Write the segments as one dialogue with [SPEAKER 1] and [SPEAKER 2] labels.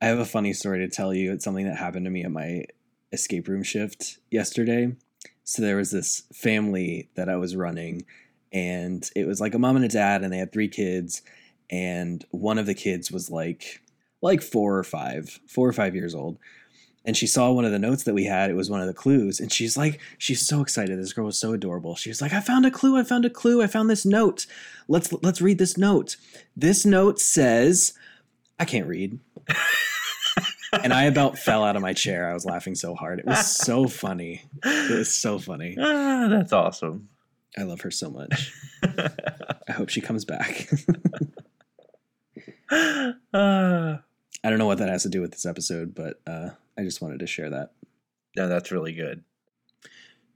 [SPEAKER 1] I have a funny story to tell you. It's something that happened to me at my escape room shift yesterday. So there was this family that I was running, and it was like a mom and a dad, and they had three kids, and one of the kids was like like four or five, four or five years old. And she saw one of the notes that we had. It was one of the clues. And she's like, she's so excited. This girl was so adorable. She was like, I found a clue. I found a clue. I found this note. Let's let's read this note. This note says, I can't read. and I about fell out of my chair. I was laughing so hard. It was so funny. It was so funny.
[SPEAKER 2] Ah, that's awesome.
[SPEAKER 1] I love her so much. I hope she comes back.
[SPEAKER 2] Ah,
[SPEAKER 1] I don't know what that has to do with this episode, but uh, I just wanted to share that.
[SPEAKER 2] no, that's really good.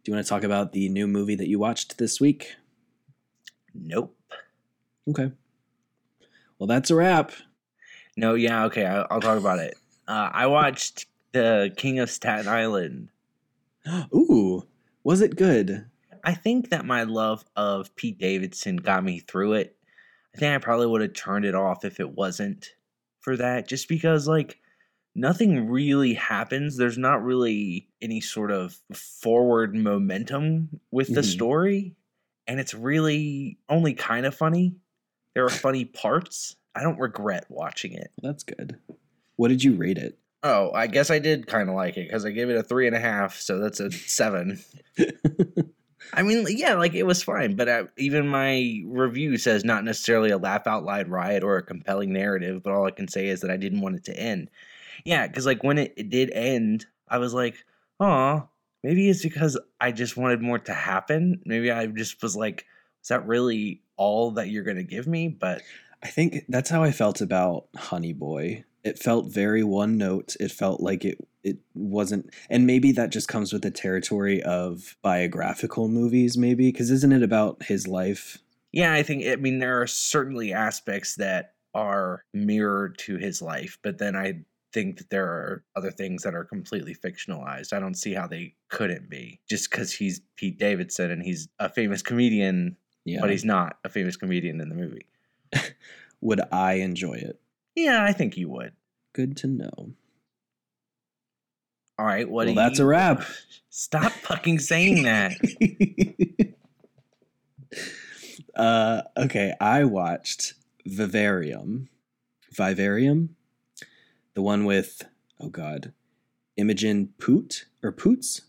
[SPEAKER 1] Do you want to talk about the new movie that you watched this week?
[SPEAKER 2] Nope.
[SPEAKER 1] Okay. Well, that's a wrap.
[SPEAKER 2] No, yeah, okay. I, I'll talk about it. Uh, I watched the King of Staten Island.
[SPEAKER 1] Ooh, was it good?
[SPEAKER 2] I think that my love of Pete Davidson got me through it. I think I probably would have turned it off if it wasn't for that, just because, like, nothing really happens. There's not really any sort of forward momentum with the
[SPEAKER 1] Mhm.
[SPEAKER 2] story. And it's really only kind of funny. There are funny parts. I don't regret watching it.
[SPEAKER 1] That's good. What did you rate it?
[SPEAKER 2] Oh, I guess I did kind of like it because I gave it a three and a half, so that's a seven. I mean, yeah, like it was fine, but I, even my review says not necessarily a laugh out loud riot or a compelling narrative, but all I can say is that I didn't want it to end. Yeah, because like when it, it did end, I was like, oh, maybe it's because I just wanted more to happen. Maybe I just was like, is that really all that you're going to give me? But
[SPEAKER 1] I think that's how I felt about Honey Boy. It felt very one note. It felt like it it wasn't and maybe that just comes with the territory of biographical movies maybe cuz isn't it about his life?
[SPEAKER 2] yeah, I think, I mean, there are certainly aspects that are mirrored to his life, but then I think that there are other things that are completely fictionalized. I don't see how they couldn't be just because he's Pete Davidson and he's a famous comedian,
[SPEAKER 1] Yeah.
[SPEAKER 2] but he's not a famous comedian in the movie.
[SPEAKER 1] Would I enjoy it?
[SPEAKER 2] Yeah, I think you would.
[SPEAKER 1] Good to know.
[SPEAKER 2] All right, what
[SPEAKER 1] Well,
[SPEAKER 2] do
[SPEAKER 1] that's
[SPEAKER 2] you-
[SPEAKER 1] a wrap.
[SPEAKER 2] Stop fucking saying that.
[SPEAKER 1] uh, okay, I watched Vivarium. Vivarium? The one with, oh God, Imogen Poot or Poots?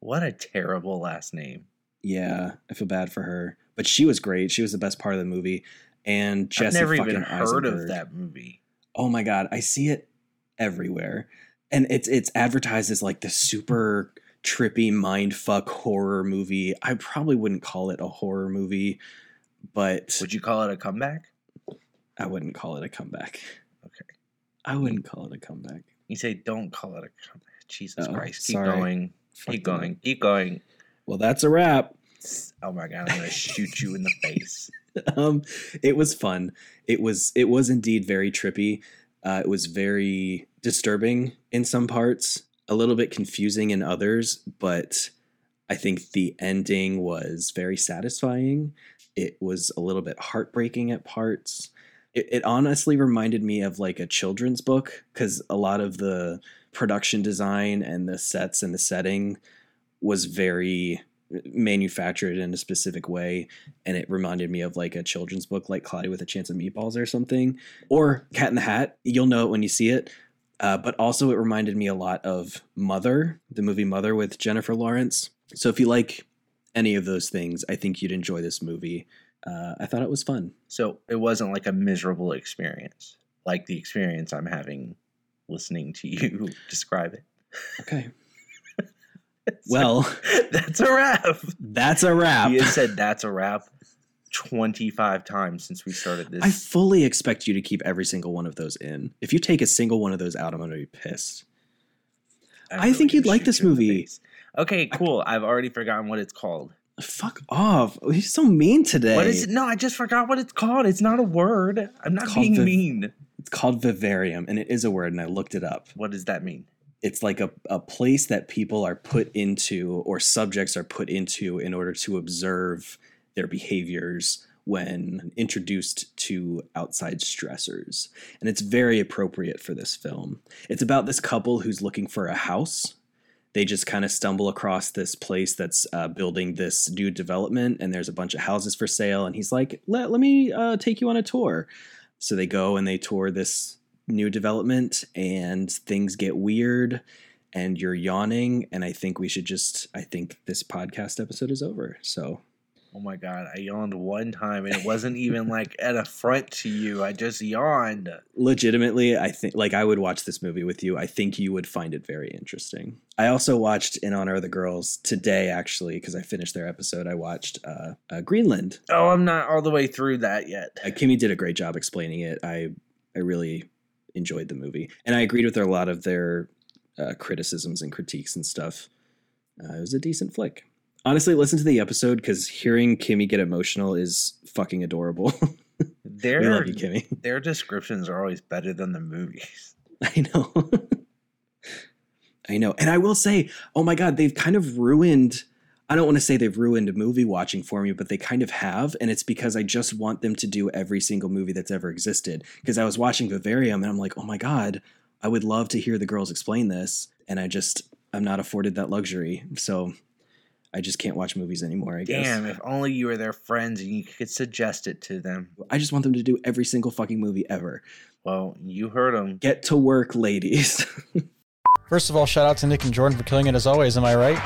[SPEAKER 2] what a terrible last name.
[SPEAKER 1] Yeah, I feel bad for her. But she was great. She was the best part of the movie. And Jesse
[SPEAKER 2] I've never
[SPEAKER 1] fucking
[SPEAKER 2] even heard
[SPEAKER 1] Eisenberg.
[SPEAKER 2] of that movie.
[SPEAKER 1] Oh my god, I see it everywhere. And it's it's advertised as like the super trippy mindfuck horror movie. I probably wouldn't call it a horror movie, but
[SPEAKER 2] Would you call it a comeback?
[SPEAKER 1] I wouldn't call it a comeback.
[SPEAKER 2] Okay.
[SPEAKER 1] I wouldn't call it a comeback.
[SPEAKER 2] You say don't call it a comeback. Jesus
[SPEAKER 1] Oh,
[SPEAKER 2] Christ. Keep
[SPEAKER 1] sorry.
[SPEAKER 2] going.
[SPEAKER 1] Fuck
[SPEAKER 2] Keep going. Keep going.
[SPEAKER 1] Well, that's a wrap.
[SPEAKER 2] Oh my god, I'm gonna shoot you in the face.
[SPEAKER 1] um, it was fun. It was it was indeed very trippy. Uh, it was very disturbing in some parts, a little bit confusing in others, but I think the ending was very satisfying. It was a little bit heartbreaking at parts. It, it honestly reminded me of like a children's book because a lot of the production design and the sets and the setting was very uh, manufactured in a specific way and it reminded me of like a children's book like cloudy with a chance of meatballs or something or cat in the hat you'll know it when you see it uh, but also it reminded me a lot of mother the movie mother with jennifer lawrence so if you like any of those things i think you'd enjoy this movie uh, i thought it was fun
[SPEAKER 2] So it wasn't like a miserable experience, like the experience I'm having listening to you describe it.
[SPEAKER 1] okay
[SPEAKER 2] So
[SPEAKER 1] well
[SPEAKER 2] that's a wrap.
[SPEAKER 1] that's a wrap
[SPEAKER 2] You said that's a wrap 25 times since we started
[SPEAKER 1] i
[SPEAKER 2] this.
[SPEAKER 1] fully expect you to keep every single one of those in if you take a single one of those out i'm gonna be pissed
[SPEAKER 2] I'm
[SPEAKER 1] I
[SPEAKER 2] really
[SPEAKER 1] think you'd
[SPEAKER 2] gonna
[SPEAKER 1] like
[SPEAKER 2] shoot
[SPEAKER 1] this
[SPEAKER 2] you in the
[SPEAKER 1] movie.
[SPEAKER 2] face. Okay, cool. I've already forgotten what it's called.
[SPEAKER 1] fuck off you're so mean today
[SPEAKER 2] What is it? No, I just forgot what it's called. It's not a word. I'm not
[SPEAKER 1] It's called
[SPEAKER 2] being
[SPEAKER 1] the-
[SPEAKER 2] mean.
[SPEAKER 1] It's called vivarium, and it is a word, and I looked it up.
[SPEAKER 2] What does that mean?
[SPEAKER 1] It's like a, a place that people are put into or subjects are put into in order to observe their behaviors when introduced to outside stressors. And it's very appropriate for this film. It's about this couple who's looking for a house. They just kind of stumble across this place that's uh, building this new development, and there's a bunch of houses for sale. And he's like, "Let let me uh, take you on a tour." So they go and they tour this new development, and things get weird. And you're yawning, and I think we should just. I think this podcast episode is over. So
[SPEAKER 2] Oh my god, I yawned one time and it wasn't even like an affront to you. I just yawned.
[SPEAKER 1] legitimately i think like i would watch this movie with you i think you would find it very interesting i also watched in honor of the girls today actually because i finished their episode i watched uh, uh greenland
[SPEAKER 2] Oh, I'm not all the way through that yet.
[SPEAKER 1] uh, kimmy did a great job explaining it i i really enjoyed the movie and i agreed with a lot of their uh, criticisms and critiques and stuff uh, it was a decent flick honestly listen to the episode because hearing kimmy get emotional is fucking adorable we
[SPEAKER 2] Their
[SPEAKER 1] love you kimmy
[SPEAKER 2] their descriptions are always better than the movies.
[SPEAKER 1] I know. I know. And I will say, oh my God, they've kind of ruined. I don't want to say they've ruined movie watching for me, but they kind of have. And it's because I just want them to do every single movie that's ever existed. Because I was watching Vivarium and I'm like, oh my God, I would love to hear the girls explain this. And I just, I'm not afforded that luxury. So I just can't watch movies anymore, I guess.
[SPEAKER 2] Damn, if only you were their friends and you could suggest it to them.
[SPEAKER 1] I just want them to do every single fucking movie ever.
[SPEAKER 2] Well, you heard them.
[SPEAKER 1] Get to work, ladies.
[SPEAKER 3] First of all, shout out to Nick and Jordan for killing it as always. Am I right?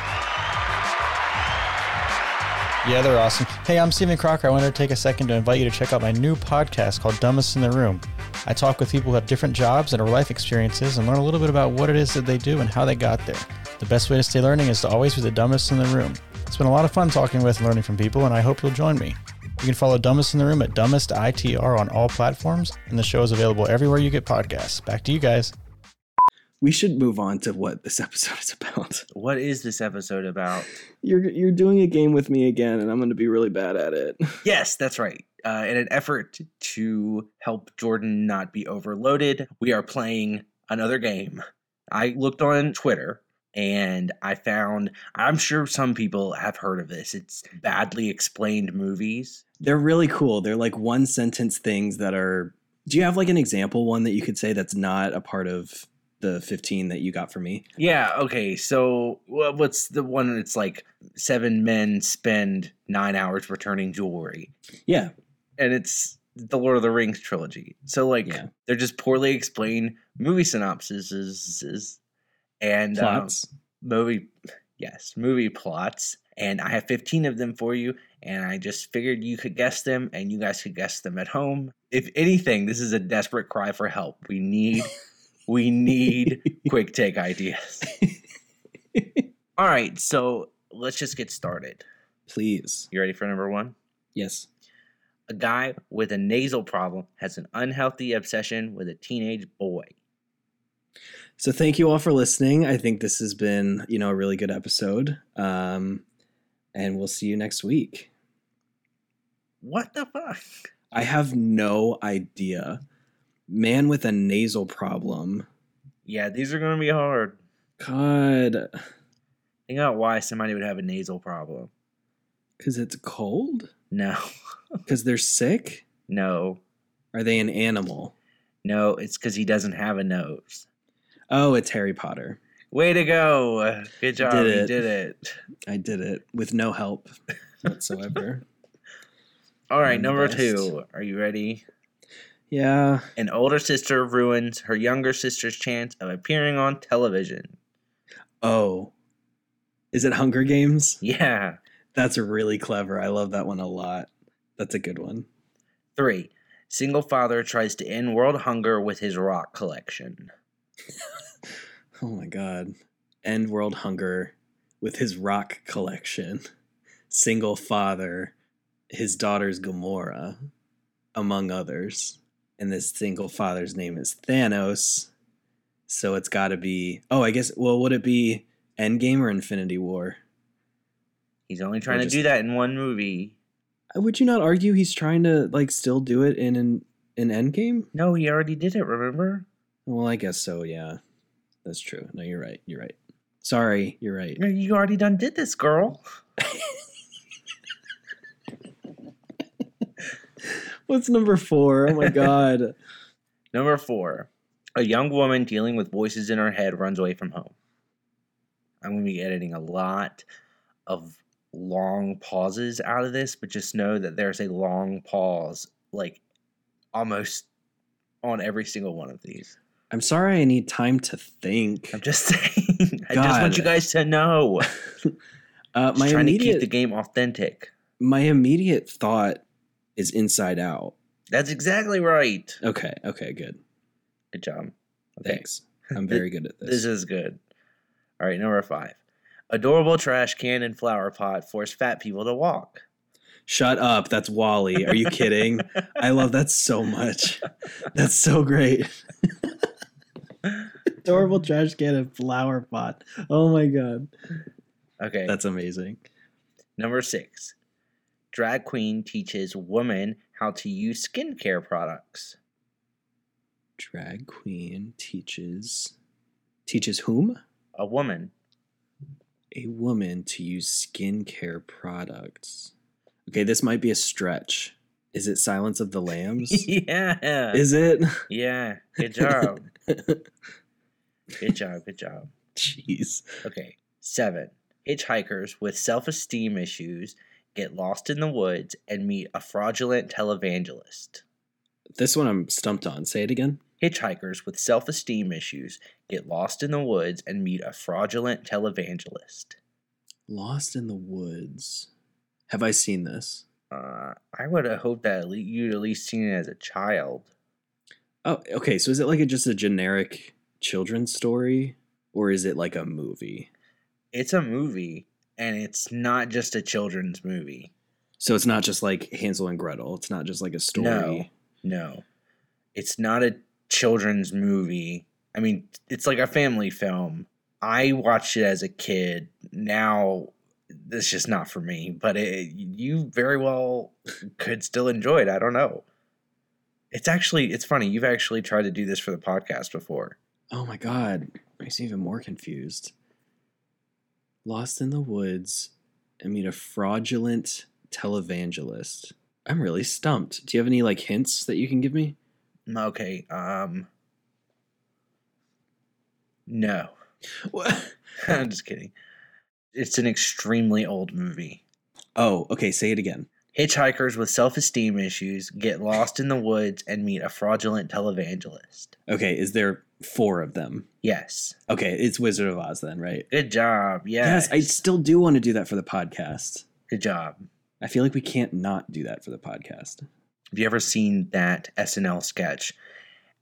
[SPEAKER 3] Yeah, they're awesome. Hey, I'm Stephen Crocker. I wanted to take a second to invite you to check out my new podcast called Dumbest in the Room. I talk with people who have different jobs and life experiences and learn a little bit about what it is that they do and how they got there. The best way to stay learning is to always be the dumbest in the room. It's been a lot of fun talking with and learning from people, and I hope you'll join me. You can follow Dumbest in the Room at Dumbest ITR on all platforms, and the show is available everywhere you get podcasts. Back to you guys.
[SPEAKER 1] we should move on to what this episode is about.
[SPEAKER 2] What is this episode about?
[SPEAKER 1] You're you're doing a game with me again, and I'm going to be really bad at it.
[SPEAKER 2] Yes, that's right. Uh, in an effort to help Jordan not be overloaded, we are playing another game. I looked on Twitter and I found, I'm sure some people have heard of this. It's badly explained movies.
[SPEAKER 1] They're really cool. They're like one sentence things that are. Do you have like an example one that you could say that's not a part of the 15 that you got for me?
[SPEAKER 2] Yeah, okay. So, wha- what's the one that's like seven men spend nine hours returning jewelry?
[SPEAKER 1] Yeah,
[SPEAKER 2] and it's the Lord of the Rings trilogy. So like
[SPEAKER 1] Yeah.
[SPEAKER 2] they're just poorly explained movie synopsises and um,
[SPEAKER 1] plots.
[SPEAKER 2] movie yes movie plots. And I have fifteen of them for you. And I just figured you could guess them, and you guys could guess them at home. If anything, this is a desperate cry for help. We need we need quick take ideas. All right, so let's just get started.
[SPEAKER 1] Please.
[SPEAKER 2] You ready for number one?
[SPEAKER 1] Yes.
[SPEAKER 2] A guy with a nasal problem has an unhealthy obsession with a teenage boy.
[SPEAKER 1] So thank you all for listening. I think this has been, you know, a really good episode. Um and we'll see you next week.
[SPEAKER 2] What the fuck?
[SPEAKER 1] I have no idea. Man with a nasal problem.
[SPEAKER 2] Yeah, these are gonna be hard.
[SPEAKER 1] God,
[SPEAKER 2] Think about why somebody would have a nasal problem.
[SPEAKER 1] because it's cold?
[SPEAKER 2] No,
[SPEAKER 1] Because they're sick?
[SPEAKER 2] no,
[SPEAKER 1] Are they an animal?
[SPEAKER 2] no, it's because he doesn't have a nose.
[SPEAKER 1] Oh, it's Harry Potter.
[SPEAKER 2] Way to go. Good job.
[SPEAKER 1] Did
[SPEAKER 2] you
[SPEAKER 1] it.
[SPEAKER 2] did it.
[SPEAKER 1] I did it with no help whatsoever.
[SPEAKER 2] All right,
[SPEAKER 1] I'm
[SPEAKER 2] number
[SPEAKER 1] best.
[SPEAKER 2] two. Are you ready?
[SPEAKER 1] yeah.
[SPEAKER 2] An older sister ruins her younger sister's chance of appearing on television.
[SPEAKER 1] Oh. Is it Hunger Games?
[SPEAKER 2] Yeah.
[SPEAKER 1] That's really clever. I love that one a lot. That's a good one.
[SPEAKER 2] Three. Single father tries to end world hunger with his rock collection.
[SPEAKER 1] Oh my god. End world hunger with his rock collection. Single father, his daughter's Gamora, among others. And this single father's name is Thanos. So it's got to be Oh, I guess well would it be Endgame or Infinity War?
[SPEAKER 2] He's only trying
[SPEAKER 1] just-
[SPEAKER 2] to do that in one movie.
[SPEAKER 1] Uh, Would you not argue he's trying to like still do it in an in Endgame?
[SPEAKER 2] No, he already did it, remember?
[SPEAKER 1] Well, I guess so, yeah. That's true. No, you're right. You're right. Sorry, you're right.
[SPEAKER 2] No, You already done did this, girl.
[SPEAKER 1] What's number four? Oh my god.
[SPEAKER 2] Number four, a young woman dealing with voices in her head runs away from home. I'm going to be editing a lot of long pauses out of this, but just know that there's a long pause, like almost on every single one of these.
[SPEAKER 1] I'm sorry I need time to think.
[SPEAKER 2] I'm just saying. I just
[SPEAKER 1] God.
[SPEAKER 2] want you guys to know.
[SPEAKER 1] Uh,
[SPEAKER 2] Just
[SPEAKER 1] my
[SPEAKER 2] trying to keep
[SPEAKER 1] immediate
[SPEAKER 2] the game authentic.
[SPEAKER 1] my immediate thought is inside out.
[SPEAKER 2] That's exactly right.
[SPEAKER 1] Okay, okay, good.
[SPEAKER 2] Good job. Okay.
[SPEAKER 1] Thanks. I'm very good at this.
[SPEAKER 2] This is good. All right, number five. Adorable trash can and flower pot force fat people to walk.
[SPEAKER 1] Shut up. That's Wally. Are you kidding? I love that so much. That's so great. Adorable trash can and flower pot. Oh my god.
[SPEAKER 2] Okay.
[SPEAKER 1] That's amazing.
[SPEAKER 2] number six. Drag queen teaches woman how to use skincare products.
[SPEAKER 1] Drag queen teaches teaches whom?
[SPEAKER 2] A woman.
[SPEAKER 1] A woman to use skincare products. Okay, this might be a stretch. Is it Silence of the Lambs?
[SPEAKER 2] yeah.
[SPEAKER 1] Is it?
[SPEAKER 2] yeah. Good job. good job. Good job.
[SPEAKER 1] Jeez.
[SPEAKER 2] Okay. Seven. Hitchhikers with self esteem issues get lost in the woods and meet a fraudulent televangelist.
[SPEAKER 1] This one I'm stumped on. Say it again.
[SPEAKER 2] Hitchhikers with self esteem issues get lost in the woods and meet a fraudulent televangelist.
[SPEAKER 1] Lost in the Woods. Have I seen this?
[SPEAKER 2] Uh, I would have hoped that at least you'd at least seen it as a child.
[SPEAKER 1] Oh, okay. So is it like a, just a generic children's story, or is it like a movie?
[SPEAKER 2] It's a movie, and it's not just a children's movie.
[SPEAKER 1] So it's not just like Hansel and Gretel. It's not just like a story.
[SPEAKER 2] No. No, it's not a children's movie. I mean, it's like a family film. I watched it as a kid. Now, it's just not for me. But it, you very well could still enjoy it. I don't know. It's actually it's funny. You've actually tried to do this for the podcast before.
[SPEAKER 1] Oh my god, makes me even more confused. Lost in the woods and meet a fraudulent televangelist. I'm really stumped. Do you have any like hints that you can give me?
[SPEAKER 2] Mm, Okay. Um. No,
[SPEAKER 1] What?
[SPEAKER 2] I'm just kidding. It's an extremely old movie.
[SPEAKER 1] Oh, okay. Say it again.
[SPEAKER 2] Hitchhikers with self esteem issues get lost in the woods and meet a fraudulent televangelist.
[SPEAKER 1] Okay, is there four of them?
[SPEAKER 2] Yes.
[SPEAKER 1] Okay, it's Wizard of Oz then, right?
[SPEAKER 2] Good job. Yes.
[SPEAKER 1] Yes, I still do want to do that for the podcast.
[SPEAKER 2] Good job.
[SPEAKER 1] I feel like we can't not do that for the podcast.
[SPEAKER 2] Have you ever seen that SNL sketch?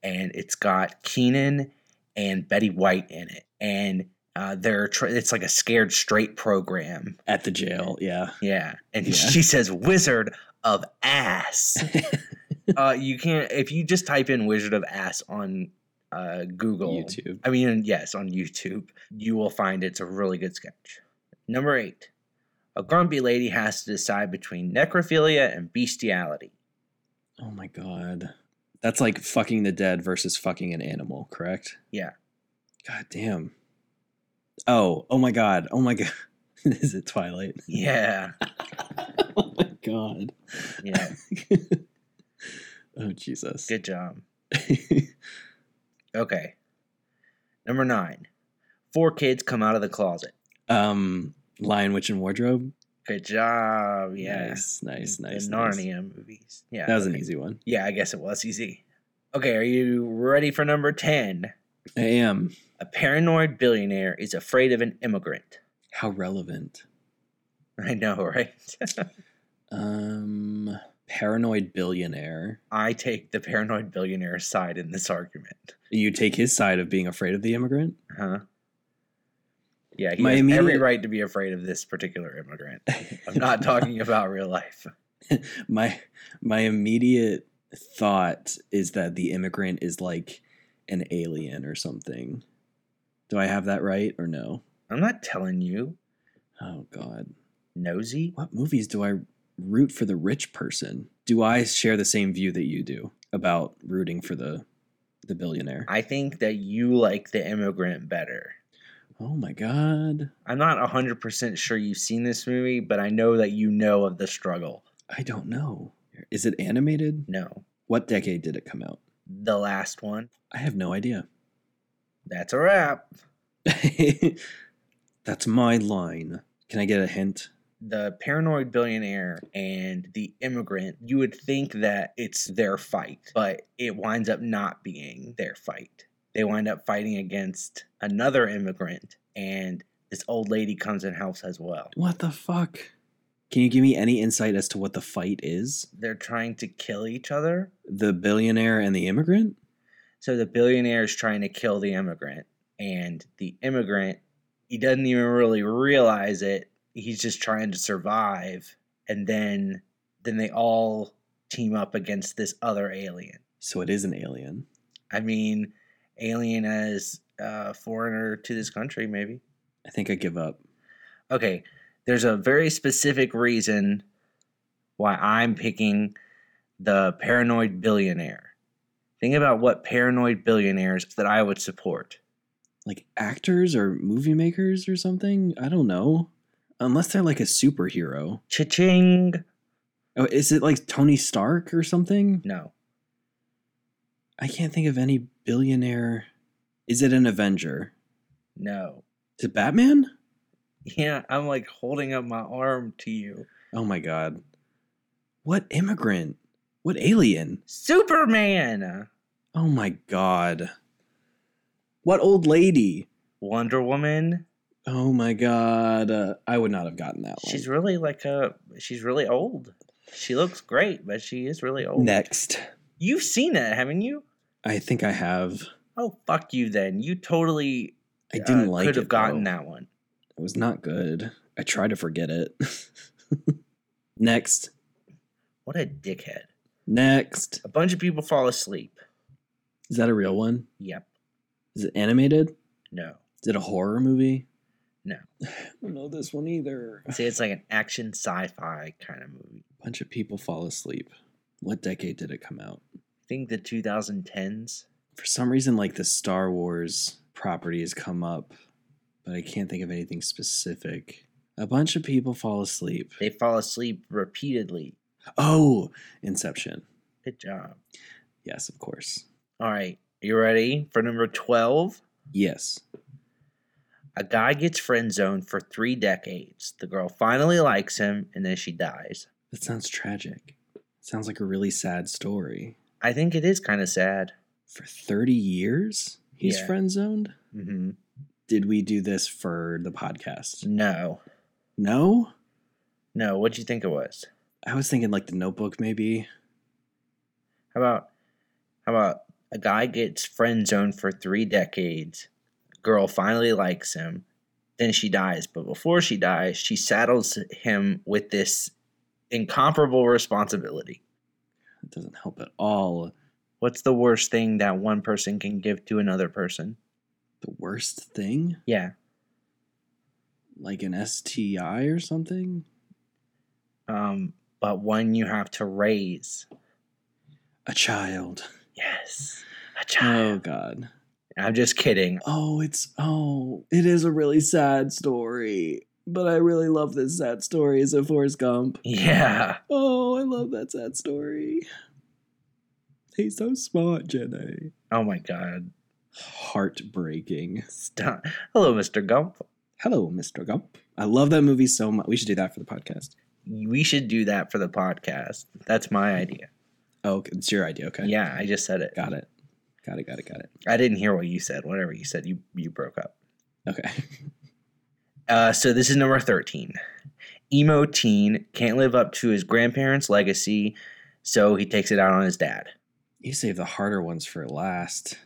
[SPEAKER 2] And it's got Keenan and Betty White in it, and uh, they're tr- it's like a scared straight program,
[SPEAKER 1] At the jail, yeah.
[SPEAKER 2] Yeah. And
[SPEAKER 1] Yeah.
[SPEAKER 2] she says Wizard of Ass. uh, you can't, if you just type in Wizard of Ass on uh, Google,
[SPEAKER 1] YouTube.
[SPEAKER 2] I mean, yes, on YouTube, you will find it's a really good sketch. Number eight, a grumpy lady has to decide between necrophilia and bestiality.
[SPEAKER 1] Oh my god. That's like fucking the dead versus fucking an animal, correct?
[SPEAKER 2] Yeah.
[SPEAKER 1] God damn. Oh, oh my god. Oh my god. Is it Twilight?
[SPEAKER 2] Yeah.
[SPEAKER 1] oh my god.
[SPEAKER 2] Yeah.
[SPEAKER 1] oh Jesus.
[SPEAKER 2] good job. Okay. Number nine, four kids come out of the closet.
[SPEAKER 1] um Lion Witch and Wardrobe.
[SPEAKER 2] Good job. Yeah.
[SPEAKER 1] Nice, nice,
[SPEAKER 2] The
[SPEAKER 1] nice. nice.
[SPEAKER 2] Narnia movies. Yeah.
[SPEAKER 1] That was an
[SPEAKER 2] okay.
[SPEAKER 1] easy one.
[SPEAKER 2] Yeah, I guess it was easy. Okay, are you ready for number 10?
[SPEAKER 1] I am.
[SPEAKER 2] A paranoid billionaire is afraid of an immigrant.
[SPEAKER 1] How relevant.
[SPEAKER 2] I know, right?
[SPEAKER 1] Um paranoid billionaire.
[SPEAKER 2] I take the paranoid billionaire side in this argument.
[SPEAKER 1] You take his side of being afraid of the immigrant?
[SPEAKER 2] Huh? Yeah, he
[SPEAKER 1] My
[SPEAKER 2] has every
[SPEAKER 1] immediate-
[SPEAKER 2] right to be afraid of this particular immigrant. I'm not talking about real life.
[SPEAKER 1] my my immediate thought is that the immigrant is like an alien or something. Do I have that right or no?
[SPEAKER 2] I'm not telling you.
[SPEAKER 1] Oh god.
[SPEAKER 2] Nosy?
[SPEAKER 1] What movies do I root for the rich person? Do I share the same view that you do about rooting for the the billionaire?
[SPEAKER 2] I think that you like the immigrant better.
[SPEAKER 1] oh my god.
[SPEAKER 2] I'm not 100% sure you've seen this movie, but I know that you know of the struggle.
[SPEAKER 1] I don't know. Is it animated?
[SPEAKER 2] No,
[SPEAKER 1] What decade did it come out?
[SPEAKER 2] the last one.
[SPEAKER 1] I have no idea.
[SPEAKER 2] That's a wrap.
[SPEAKER 1] That's my line. Can I get a hint?
[SPEAKER 2] the paranoid billionaire and the immigrant, you would think that it's their fight, but it winds up not being their fight. They wind up fighting against another immigrant, and this old lady comes and helps as well.
[SPEAKER 1] What the fuck? Can you give me any insight as to what the fight is?
[SPEAKER 2] They're trying to kill each other.
[SPEAKER 1] The billionaire and the immigrant?
[SPEAKER 2] So the billionaire is trying to kill the immigrant, and the immigrant, he doesn't even really realize it. He's just trying to survive, and then then they all team up against this other alien.
[SPEAKER 1] So it is an alien.
[SPEAKER 2] I mean, alien as a foreigner to this country, maybe.
[SPEAKER 1] I think I give up.
[SPEAKER 2] Okay, there's a very specific reason why I'm picking the paranoid billionaire. Think about what paranoid billionaires that I would support.
[SPEAKER 1] Like actors or movie makers or something? I don't know. Unless they're like a superhero.
[SPEAKER 2] Cha-ching!
[SPEAKER 1] Oh, is it like Tony Stark or something?
[SPEAKER 2] No,
[SPEAKER 1] I can't think of any billionaire. Is it an Avenger?
[SPEAKER 2] no.
[SPEAKER 1] Is it Batman?
[SPEAKER 2] Yeah, I'm like holding up my arm to you.
[SPEAKER 1] Oh my god. What immigrant? What alien?
[SPEAKER 2] Superman!
[SPEAKER 1] Oh my god. What old lady?
[SPEAKER 2] Wonder Woman.
[SPEAKER 1] Oh my god. Uh, I would not have gotten that one.
[SPEAKER 2] She's really like a. She's really old. She looks great, but she is really old.
[SPEAKER 1] Next.
[SPEAKER 2] You've seen it, haven't you?
[SPEAKER 1] I think I have.
[SPEAKER 2] Oh fuck you then. You totally
[SPEAKER 1] I didn't
[SPEAKER 2] uh,
[SPEAKER 1] like
[SPEAKER 2] could have
[SPEAKER 1] it,
[SPEAKER 2] gotten
[SPEAKER 1] though.
[SPEAKER 2] that one.
[SPEAKER 1] It was not good. I try to forget it. Next.
[SPEAKER 2] What a dickhead.
[SPEAKER 1] Next.
[SPEAKER 2] A bunch of people fall asleep.
[SPEAKER 1] Is that a real one?
[SPEAKER 2] Yep.
[SPEAKER 1] Is it animated?
[SPEAKER 2] No.
[SPEAKER 1] Is it a horror movie?
[SPEAKER 2] No.
[SPEAKER 1] I don't know this one either.
[SPEAKER 2] See, it's like an action sci-fi kind of movie.
[SPEAKER 1] bunch of people fall asleep. What decade did it come out?
[SPEAKER 2] I think the 2010s.
[SPEAKER 1] For some reason, like the Star Wars property has come up, but I can't think of anything specific. A bunch of people fall asleep.
[SPEAKER 2] They fall asleep repeatedly.
[SPEAKER 1] Oh, Inception.
[SPEAKER 2] Good job.
[SPEAKER 1] Yes, of course.
[SPEAKER 2] All right. You ready for number 12?
[SPEAKER 1] Yes.
[SPEAKER 2] A guy gets friend zoned for three decades. The girl finally likes him, and then she dies.
[SPEAKER 1] That sounds tragic. Sounds like a really sad story.
[SPEAKER 2] I think it is kind of sad.
[SPEAKER 1] For 30 years, he's
[SPEAKER 2] Yeah.
[SPEAKER 1] friend zoned?
[SPEAKER 2] hmm
[SPEAKER 1] Did we do this for the podcast?
[SPEAKER 2] No,
[SPEAKER 1] No?
[SPEAKER 2] no. What'd you think it was?
[SPEAKER 1] I was thinking like the notebook, maybe.
[SPEAKER 2] How about how about a guy gets friend zoned for three decades, girl finally likes him, then she dies, but before she dies, she saddles him with this incomparable responsibility.
[SPEAKER 1] It doesn't help at all.
[SPEAKER 2] What's the worst thing that one person can give to another person?
[SPEAKER 1] The worst thing?
[SPEAKER 2] Yeah.
[SPEAKER 1] like an STI or something.
[SPEAKER 2] Um, but one you have to raise.
[SPEAKER 1] A child.
[SPEAKER 2] Yes. A
[SPEAKER 1] Oh
[SPEAKER 2] child.
[SPEAKER 1] God.
[SPEAKER 2] I'm just kidding.
[SPEAKER 1] Oh, it's oh, it is a really sad story. But I really love this sad story. Is it Forrest Gump?
[SPEAKER 2] Yeah.
[SPEAKER 1] Oh, I love that sad story. He's so smart, Jenny.
[SPEAKER 2] Oh my god.
[SPEAKER 1] Heartbreaking.
[SPEAKER 2] Stop. Hello, Mr. Gump.
[SPEAKER 1] Hello, Mr. Gump. I love that movie so much. We should do that for the podcast.
[SPEAKER 2] We should do that for the podcast. That's my idea.
[SPEAKER 1] Oh, okay. it's your idea. Okay.
[SPEAKER 2] Yeah, I just said it.
[SPEAKER 1] Got it. Got it. Got it. Got it.
[SPEAKER 2] I didn't hear what you said. Whatever you said, you you broke up.
[SPEAKER 1] Okay.
[SPEAKER 2] Uh, so this is number thirteen. Emo teen can't live up to his grandparents' legacy, so he takes it out on his dad.
[SPEAKER 1] You save the harder ones for last.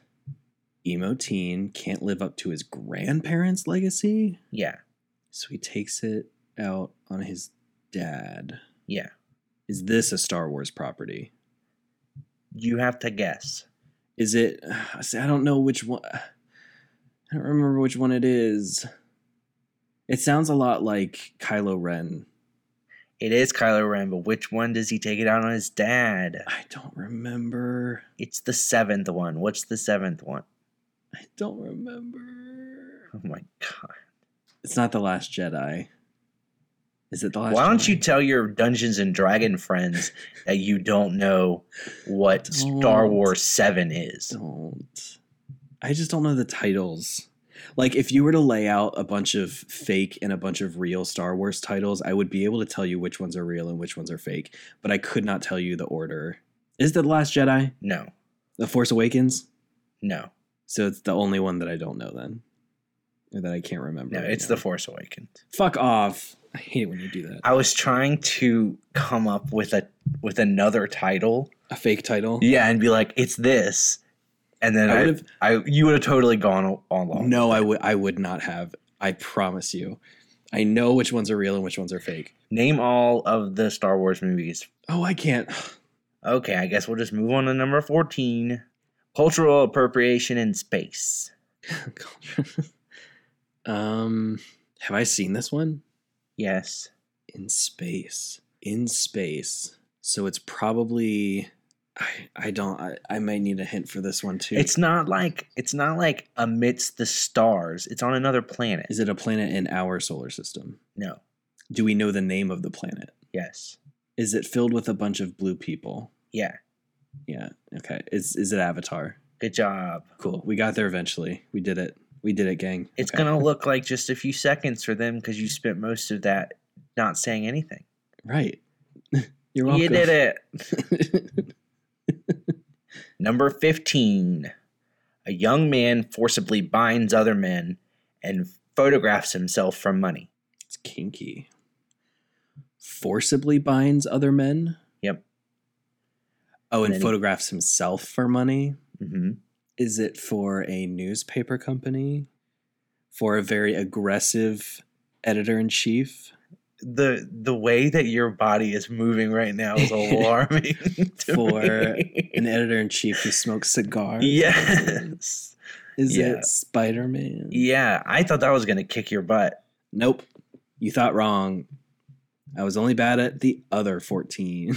[SPEAKER 1] Emo teen can't live up to his grandparents' legacy,
[SPEAKER 2] Yeah,
[SPEAKER 1] so he takes it out on his dad.
[SPEAKER 2] yeah.
[SPEAKER 1] Is this a Star Wars property?
[SPEAKER 2] You have to guess.
[SPEAKER 1] Is it? See, I don't know which one. I don't remember which one it is. It sounds a lot like Kylo Ren.
[SPEAKER 2] It is Kylo Ren, but which one does he take it out on his dad?
[SPEAKER 1] I don't remember.
[SPEAKER 2] It's the seventh one. What's the seventh one?
[SPEAKER 1] I don't remember.
[SPEAKER 2] Oh my god.
[SPEAKER 1] It's not The Last Jedi. Is it the last?
[SPEAKER 2] Why don't
[SPEAKER 1] Jedi?
[SPEAKER 2] you tell your Dungeons and Dragon friends that you don't know what Star
[SPEAKER 1] Don't.
[SPEAKER 2] Wars 7 is?
[SPEAKER 1] don't. I just don't know the titles. Like if you were to lay out a bunch of fake and a bunch of real Star Wars titles, I would be able to tell you which ones are real and which ones are fake, but I could not tell you the order. Is the Last Jedi?
[SPEAKER 2] No,
[SPEAKER 1] The Force Awakens?
[SPEAKER 2] no,
[SPEAKER 1] So it's the only one that I don't know then. Or that I can't remember.
[SPEAKER 2] no.
[SPEAKER 1] right
[SPEAKER 2] It's
[SPEAKER 1] now.
[SPEAKER 2] The Force Awakens.
[SPEAKER 1] Fuck off. I hate it when you do that.
[SPEAKER 2] I was trying to come up with a with another title.
[SPEAKER 1] A fake title?
[SPEAKER 2] Yeah, and be like, it's this, and then
[SPEAKER 1] I
[SPEAKER 2] I,
[SPEAKER 1] would have
[SPEAKER 2] I, you would have totally gone al- along.
[SPEAKER 1] No, I would I would not have. I promise you. I know which ones are real and which ones are fake.
[SPEAKER 2] Name all of the Star Wars movies.
[SPEAKER 1] Oh, I can't.
[SPEAKER 2] Okay, I guess we'll just move on to number fourteen: cultural appropriation in space.
[SPEAKER 1] Culture. um, have I seen this one
[SPEAKER 2] Yes,
[SPEAKER 1] in space? In space. So it's probably. I, I don't. I, I might need a hint for this one too.
[SPEAKER 2] it's not like it's not like amidst the stars. It's on another planet.
[SPEAKER 1] Is it a planet in our solar system?
[SPEAKER 2] No.
[SPEAKER 1] Do we know the name of the planet?
[SPEAKER 2] Yes.
[SPEAKER 1] Is it filled with a bunch of blue people?
[SPEAKER 2] Yeah.
[SPEAKER 1] Yeah. Okay. Is is it Avatar?
[SPEAKER 2] Good job.
[SPEAKER 1] Cool. We got there eventually. We did it. We did it, gang.
[SPEAKER 2] It's
[SPEAKER 1] Okay.
[SPEAKER 2] gonna look like just a few seconds for them because you spent most of that not saying anything.
[SPEAKER 1] right. You're welcome.
[SPEAKER 2] You did it.
[SPEAKER 1] it.
[SPEAKER 2] Number 15. A young man forcibly binds other men and photographs himself for money.
[SPEAKER 1] It's kinky. Forcibly binds other men.
[SPEAKER 2] Yep.
[SPEAKER 1] Oh, and
[SPEAKER 2] Many.
[SPEAKER 1] photographs himself for money. Mm-hmm.
[SPEAKER 2] hmm
[SPEAKER 1] Is it for a newspaper company? For a very aggressive editor in chief?
[SPEAKER 2] The the way that your body is moving right now is alarming. to
[SPEAKER 1] For
[SPEAKER 2] me.
[SPEAKER 1] An editor in chief who smokes cigars?
[SPEAKER 2] yes,
[SPEAKER 1] Is
[SPEAKER 2] Yeah.
[SPEAKER 1] it Spider Man?
[SPEAKER 2] yeah. I thought that was gonna kick your butt.
[SPEAKER 1] Nope. You thought wrong. I was only bad at the other 14.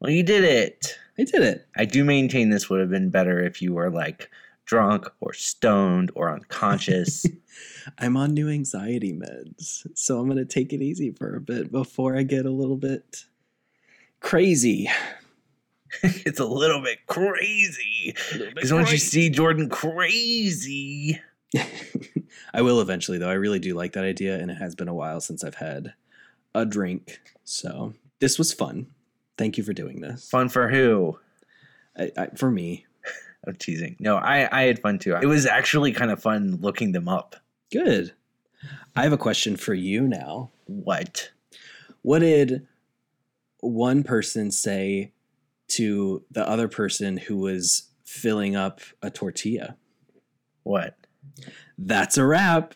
[SPEAKER 2] Well, you did it.
[SPEAKER 1] I did it.
[SPEAKER 2] I do maintain this would have been better if you were like drunk or stoned or unconscious.
[SPEAKER 1] I'm on new anxiety meds, so I'm going to take it easy for a bit before I get a little bit crazy.
[SPEAKER 2] it's a little bit crazy. Because once you see Jordan crazy,
[SPEAKER 1] I will eventually, though. I really do like that idea, and it has been a while since I've had a drink. So this was fun. Thank you for doing this.
[SPEAKER 2] fun for who?
[SPEAKER 1] I, I, for me,
[SPEAKER 2] I'm teasing. No, I, I had fun too. It was actually kind of fun looking them up.
[SPEAKER 1] good. I have a question for you now.
[SPEAKER 2] What?
[SPEAKER 1] What did one person say to the other person who was filling up a tortilla?
[SPEAKER 2] What?
[SPEAKER 1] That's a wrap.